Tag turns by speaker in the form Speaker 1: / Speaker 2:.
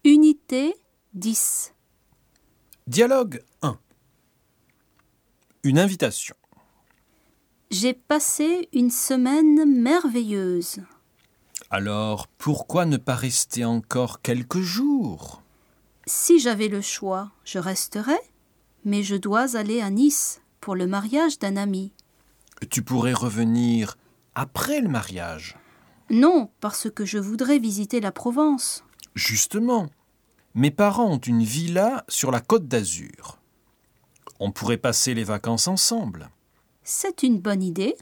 Speaker 1: Activité 10.
Speaker 2: Dialogue 1. Une invitation.
Speaker 1: J'ai passé une semaine merveilleuse.
Speaker 2: Alors, pourquoi ne pas rester encore quelques jours
Speaker 1: Si j'avais le choix, je resterais, mais je dois aller à Nice pour le mariage d'un ami.
Speaker 2: Tu pourrais revenir après le mariage.
Speaker 1: Non, parce que je voudrais visiter la Provence.
Speaker 2: Justement, mes parents ont une villa sur la côte d'Azur. On pourrait passer les vacances ensemble.
Speaker 1: C'est une bonne idée.